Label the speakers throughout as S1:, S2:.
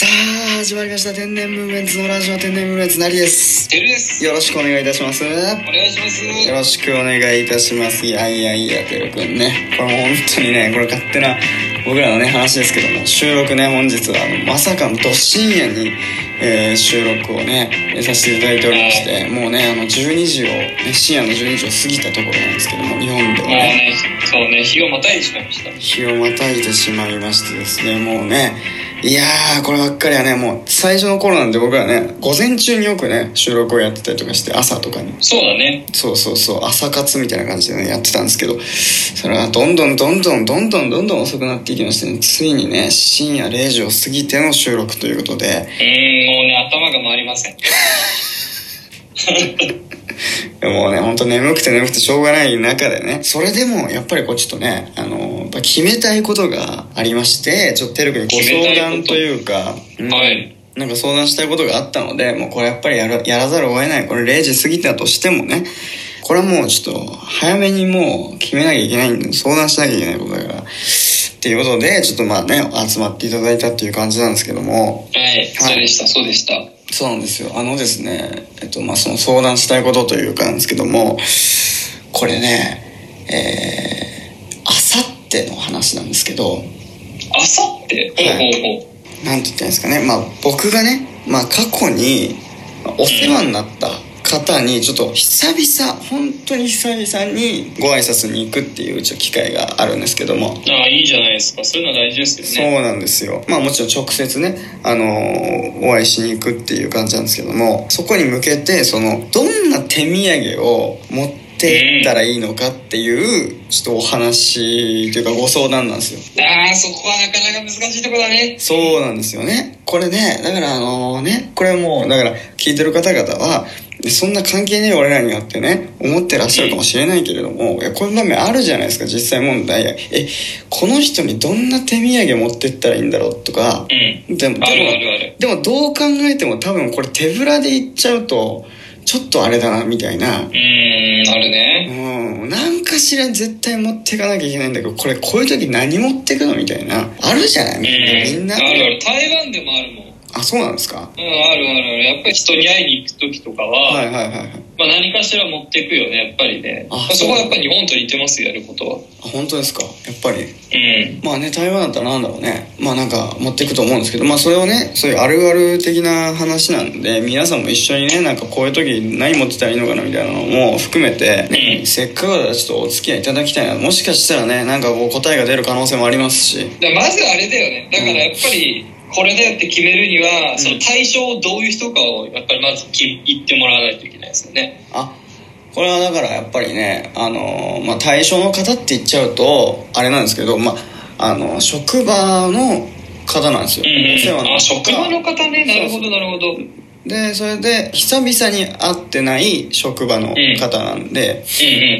S1: 始まりました天然ムーブメンツのラジオ天然ムーブメンツなりです
S2: てるです。
S1: よろしくお願いいたしますよ
S2: お願いします。
S1: ろしくお願いいたしますいやいやいやてるくんねこれもう本当にねこれ勝手な僕らのね話ですけども収録ね本日はあのまさかのど深夜に、えー収録をねえーさせていただいておりましてもうねあの12時を、ね、深夜の12時を過ぎたところなんですけども日本では
S2: もう
S1: ね
S2: ね、そうね、日をまたいでしまいました。
S1: 日をまたいでしまいましてですねもうねいやーこればっかりはねもう最初の頃なんで僕らね午前中によくね収録をやってたりとかして朝とかに
S2: そうだね。
S1: そうそうそう朝活みたいな感じでねやってたんですけどそれがどんどんどんどんどんどんどんどん遅くなっていきましてねついにね深夜0時を過ぎての収録ということで
S2: うーん、もうね、頭が回りません。
S1: もうねほんと眠くて眠くてしょうがない中でねそれでもやっぱりこうちょっとねあのやっぱ決めたいことがありましてちょっとテル君にご相談というかうん
S2: はい。
S1: なんか相談したいことがあったので、もうこれやっぱりやらやらざるを得ない。これ0時過ぎたとしてもね、これはもうちょっと早めにもう決めなきゃいけないんで、相談しなきゃいけないことだから。っていうことで、ちょっとまあね、集まっていただいたっていう感じなんですけども、
S2: はい。そうでした、そうでした。
S1: そうなんですよ。あのですね、えっとまあその相談したいことというかなんですけども、これね、えー、あさっての話なんですけど、
S2: あさってほうほうほ
S1: なんて言ったらいいんですかね、まあ、僕がね、まあ、過去にまあお世話になった方にちょっと久々本当に久々にご挨拶に行くっていうちょっと機会があるんですけども。
S2: う。ああ、いいじゃないですか。そういうのは大事です
S1: そう
S2: よね。
S1: なんですよ。まあもちろん直接ね、あのーお会いしに行くっていう感じなんですけども、そこに向けて、その、どんな手土産を持ってったらいいのかっていう、ちょっとお話というかご相談なんですよ。
S2: ああ、そこはなかなか難しいとこだね。
S1: そうなんですよね。これね、だからあのね、これもう、だから聞いてる方々は、そんな関係ねえ俺らによってね、思ってらっしゃるかもしれないけれども、いや、こんな面あるじゃないですか、実際問題。え、この人にどんな手土産持ってったらいいんだろうとか
S2: う、ん。
S1: でも、
S2: あるあ
S1: で
S2: るある。
S1: も、でもどう考えても多分これ手ぶらで行っちゃうと、ちょっとあれだな、みたいな
S2: う。ーん、あるね。
S1: うん、なんかしら絶対持ってかなきゃいけないんだけど、これこういう時何持ってくのみたいな。あるじゃな
S2: う
S1: いみ
S2: ん。
S1: んな。
S2: あるある。台湾でもあるもん。
S1: あ、そうなんですか
S2: うん、あるあるある。やっぱり人に会いに行くときとかは、
S1: はいはいはいはい。
S2: まあ何かしら持っていくよね、やっぱりね。
S1: あ
S2: まあそこはやっぱり日本と似てますよ、やることは。
S1: あ本当ですかやっぱり。
S2: うん。
S1: まあね、台湾だったらなんだろうね。まあなんか持っていくと思うんですけど、まあそれをね、そういうあるある的な話なんで、皆さんも一緒にね、なんかこういう時何持ってたらいいのかなみたいなのも含めて、
S2: うん
S1: せっかくだからちょっとお付き合いいただきたいな。もしかしたらね、なんかこう答えが出る可能性もありますし。
S2: だからまずあれだよねだからやっぱりこれだよって決めるには、
S1: ん
S2: その対象をどういう人かをやっぱりまずき言ってもらわないといけないですよね
S1: あこれはだからやっぱりね、あのまあ、対象の方って言っちゃうとあれなんですけど、まあ、あの職場の方なんですよ、お世話にな
S2: あ
S1: った
S2: 職場の方ねなるほどなるほどうん
S1: でそれで久々に会ってない職場の方なんで、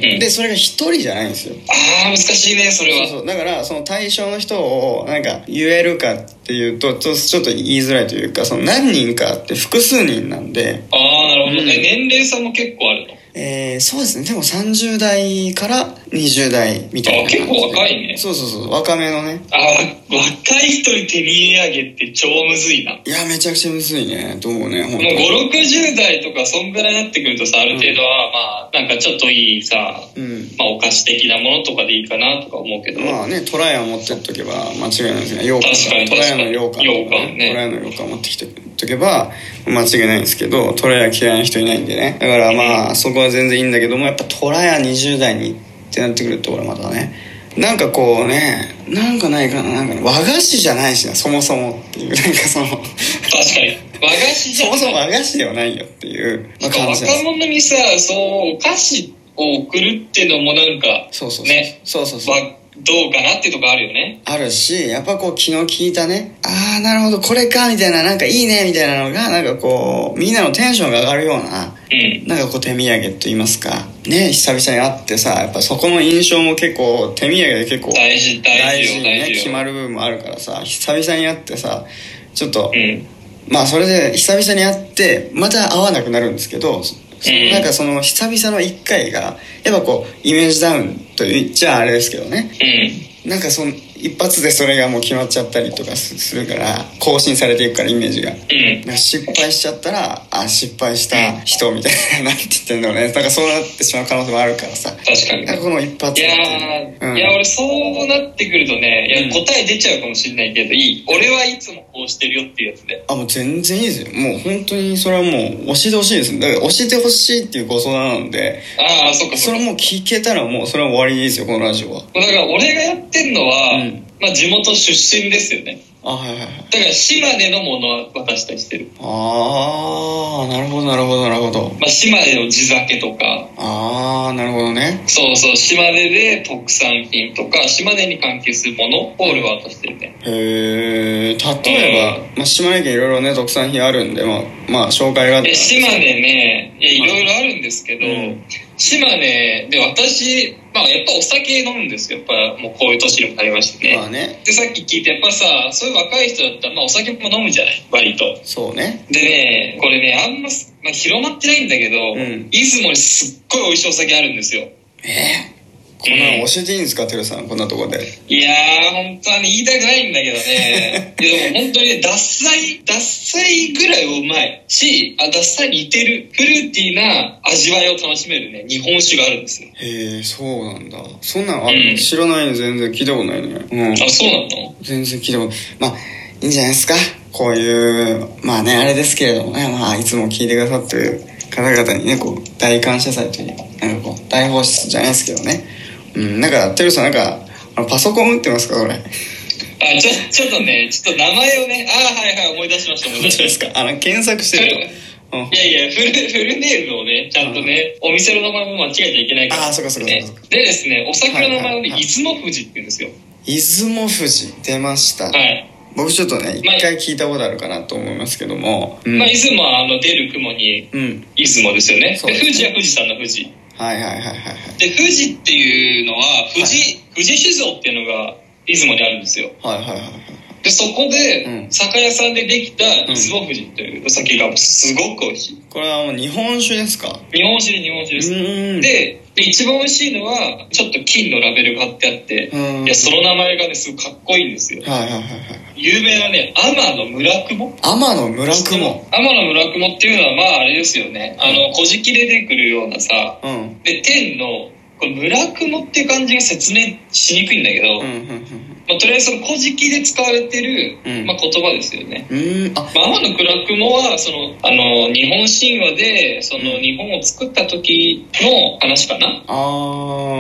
S2: うんうん
S1: でそれが一人じゃないんですよ
S2: ああ難しいねそれは
S1: そうそうだからその対象の人をなんか言えるかっていうとちょちょっと言いづらいというかその何人かって複数人なんで、
S2: ああなるほど、ね
S1: うん
S2: 年齢差も結構あるの
S1: えー、そうですねでも30代から20代みたいな感じで
S2: あ結構若いね
S1: そうそうそう若めのね
S2: あーわ若い人に手土産って超むずいない
S1: やめちゃくちゃむずいねどうもね本
S2: もう
S1: 当に
S2: 560代とかそんぐらいになってくるとさある程度は、まあなんかちょっといいさ、
S1: うん
S2: まあ、お菓子的なものとかでいいかなとか思うけど、
S1: まあね、トライを持ってっとけば間違いないですね。羊羹
S2: 確かに
S1: トライの羊羹とか
S2: 羊羹ね
S1: トライの羊羹持ってきてっとけば間違いないんですけど、トライは嫌いな人いないんでね。だからまあ、そこは全然いいんだけども、やっぱトライは20代にってなってくると、俺まだね、なんかこうね、なんかないかな、なんかね、和菓子じゃないしな、そもそもっていう、なんかそ の、
S2: 確かに和菓子じ
S1: そ
S2: ゃ
S1: も
S2: ん
S1: そも和菓子ではないよっていうまあ感じなんです
S2: 若。者にさそうお菓子を送るってのもなんか
S1: そうそうそう。
S2: ね
S1: そうそうそう
S2: わ。どうかなってとこあるよね
S1: あるし、やっぱこう気の利いたね、ああ、なるほど、これか、みたいな、なんかいいね、みたいなのが、なんかこう、みんなのテンションが上がるような、
S2: うん
S1: なんかこう手土産と言いますか、ね、久々に会ってさ、やっぱそこの印象も結構、手土産で結構
S2: 大事大
S1: 大
S2: 事
S1: 事
S2: よ
S1: に
S2: 大
S1: ね、
S2: 事
S1: 決
S2: よ、
S1: まる部分もあるからさ、久々に会ってさ、ちょっと
S2: う、ん
S1: まあそれで久々に会って、また会わなくなるんですけど、そ
S2: うん
S1: なんかその久々の一回が、やっぱこう、イメージダウンと言っちゃあれですけどね、
S2: うん
S1: なんかその一発でそれがもう決まっちゃったりとかすするから更新されていくからイメージが。
S2: うん
S1: なんか失敗しちゃったらあ失敗した人みたいななんて言ってんだろうねなんかそうなってしまう可能性もあるからさ
S2: 確かに
S1: なんかこの一発
S2: い
S1: で
S2: や
S1: って
S2: ー、
S1: う
S2: いや俺そうなってくるとねいや
S1: うん
S2: 答え出ちゃうかもしれないけどいい俺はいつもこうしてるよっていうやつで
S1: あもう全然いいですよもう本当にそれはもう教えてほしいですだから教えてほしいっていうご相談なので
S2: ああそっかそ
S1: そ
S2: っか
S1: れはもう聞けたらもうそれは終わりですよこのラジオは
S2: だから俺がやってんのは、
S1: うん
S2: まあ、地元出身ですよね
S1: あはいはいはい
S2: だから島根のものは渡したりしてる、
S1: ああなるほどなるほどなるほど
S2: まあ、島根の地酒とか
S1: ああなるほどね
S2: そうそう島根で特産品とか島根に関係するものを俺は渡してるね
S1: へえ例えば、まあ、島根県いろいろね特産品あるんでまあ、まあ、紹介があった
S2: え
S1: ら
S2: 島根ねいやいろいろあるんですけど、
S1: うん
S2: 島根で私、まあ、やっぱお酒飲むんですよやっぱもうこういう年にもなりましてね、
S1: まあね
S2: でさっき聞いてやっぱさそういう若い人だったら、まあ、お酒も飲むじゃない割と
S1: そうね
S2: でねこれねあんま、まあ、広まってないんだけど、
S1: うん
S2: 出雲にすっごい美味しいお酒あるんですよ
S1: えー、こんなの教えていいんですかテルさんこんなとこで
S2: いやー本当はね言いたくないんだけ どねいやでも本当にねダッサイダッサイぐらいうまいしあダッサイに似てるフルーティーな味わいを楽しめるね日本酒があるんですよ
S1: へえそうなんだそんなのあ
S2: うん
S1: 知らないの全然聞いたことないねうん
S2: あそうなの
S1: 全然聞いたことまあいいんじゃないですかこういうまあねあれですけれどもねまあいつも聞いてくださってる方々にねこう大感謝祭というなんかこう大放出じゃないですけどねうんなんかテルさんなんかあのパソコン打ってますかこれ
S2: あちょちょっとねちょっと名前をねあーはいはい思い出しました思い出しました
S1: かあの検索してると、うん
S2: い、やいや、フル、フルネームをね、ちゃんとね、お店の名前も間違えちゃいけないから、
S1: あーそっかそっか
S2: ね
S1: そっか
S2: でですね、お酒の名前を
S1: はい
S2: ね、
S1: はいはい
S2: 出雲富士って言うんですよ。
S1: 出雲富士出ました、
S2: はい。
S1: 僕ちょっとね一
S2: まあ
S1: 回聞いたことあるかなと思いますけどもうん、
S2: まあ、出雲は、あの、出る雲に、
S1: うん、
S2: 出雲ですよね。
S1: そう
S2: で、
S1: です
S2: 富士は富士山の富士。
S1: はいはいはいはいはい
S2: で、富士っていうのは、富士、富士酒造っていうのが、出雲にあるんですよ。
S1: はいはいはいはい
S2: で、そこで、
S1: うん
S2: 酒屋さんでできた
S1: うん
S2: 出雲富士というお酒がすごく美味しい。
S1: これはもう日本酒ですか
S2: 日本酒で日本酒
S1: う
S2: です。
S1: ーん
S2: で、で一番美味しいのは、ちょっと金のラベルが貼ってあって、
S1: うん
S2: いや、その名前がね、すごいかっこいいんですよ。
S1: はいはいはいはい
S2: 有名なね、天の村雲
S1: 天の村雲
S2: 天の村雲っていうのは、まあ、あれですよね。あの、古事記で出てくるようなさ、
S1: うんうん
S2: で、天の、この村雲っていう漢字が説明しにくいんだけど、
S1: うん
S2: まあ、とりあえずその古事記で使われてる、
S1: うん
S2: まあ、言葉ですよね。
S1: うんうんあ
S2: まあ、天の倉雲は、その、あの、日本神話で、その、日本を作った時の話かな。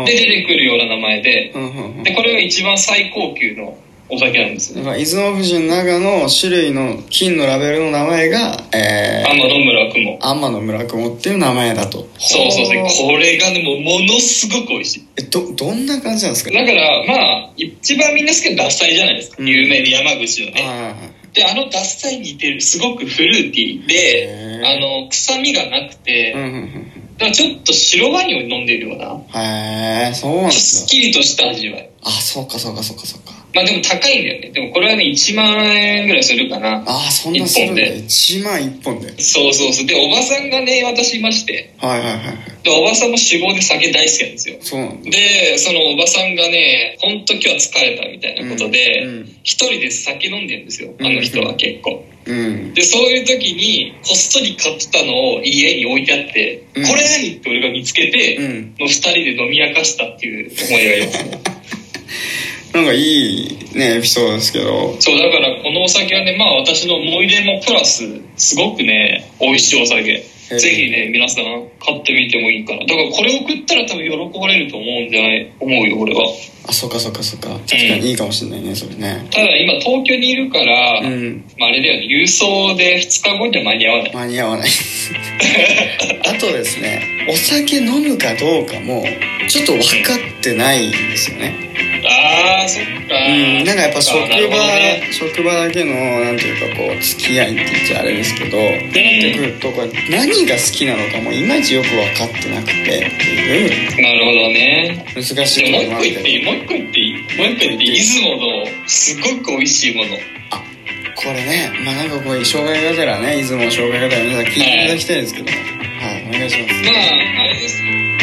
S1: あ
S2: で、出てくるような名前で、
S1: ーうんうんうん
S2: で、これが一番最高級のお酒なんですよ
S1: だから出雲富士の中の種類の金のラベルの名前が、えー、
S2: 天の村雲。
S1: 天の村雲っていう名前だと
S2: そうそうそう。
S1: ほー
S2: これがね、もうものすごく美味しい。
S1: えどどんな感じなんですか
S2: だから、まあ、一番みんな好きなダッサイじゃないですか。
S1: うん
S2: 有名で山口
S1: は
S2: の
S1: い
S2: ね。
S1: はいはい
S2: で、あのダッサイに似てる、すごくフルーティーで、
S1: へー
S2: あの、臭みがなくて、
S1: うんうんうん
S2: だからちょっと白ワインを飲んでるような、ちょっ
S1: うんへえそうなん
S2: と
S1: だ
S2: すっきりとした味わい。
S1: あそうかそうかそうかそうか
S2: まあでも高いんだよね。でもこれはね、1万円ぐらいするかな。
S1: ああそんなするんだ
S2: 一本で
S1: 1万1本で
S2: そうそうそう。で、おばさんがね、私いまして、
S1: はいはいはいはい
S2: で、おばさんも酒豪で酒大好きなんですよ。
S1: そうなんだ
S2: で、そのおばさんがね、ほんと今日は疲れたみたいなことで、
S1: うん
S2: 一人で酒飲んでるんですよあの人は結構
S1: うん
S2: でそういう時にこっそり買ったのを家に置いてあって「
S1: うん
S2: これ何?」って俺が見つけて、
S1: うん
S2: の二人で飲み明かしたっていう思いがありますね
S1: なんかいいねエピソードですけど
S2: そうだからこのお酒はねまあ私の思い出もプラスすごくね美味しいお酒
S1: ー
S2: ぜひね皆さん買ってみてもいいからだからこれを食ったら多分喜ばれると思うんじゃない思うよ俺は
S1: あそうかそうかそうか確かにいいかもしれないねそれね
S2: ただ今東京にいるから、
S1: うん
S2: まあ、あれだよね郵送で2日後には間に合わない
S1: 間に合わない あとですねお酒飲むかどうかもちょっと分かってないんですよね
S2: ああそっか
S1: うんなんかやっぱ職場
S2: なるほどね
S1: 職場だけのなんていうかこう付き合いって言っちゃあれですけどってなってくるとこれ何が好きなのかもいまいちよく分かってなくてっていう
S2: なるほどね
S1: 難しい
S2: で
S1: とこ
S2: も
S1: ろも
S2: も
S1: あっ
S2: う一個言って
S1: て
S2: いいもう一個言っていいもう一個言っていい出雲のすごく美味しいもの
S1: これねまあなんかこういう障害がてらね出雲の障害がてら皆さん聞いていただきたいですけどもはいお願いします
S2: まああれですよ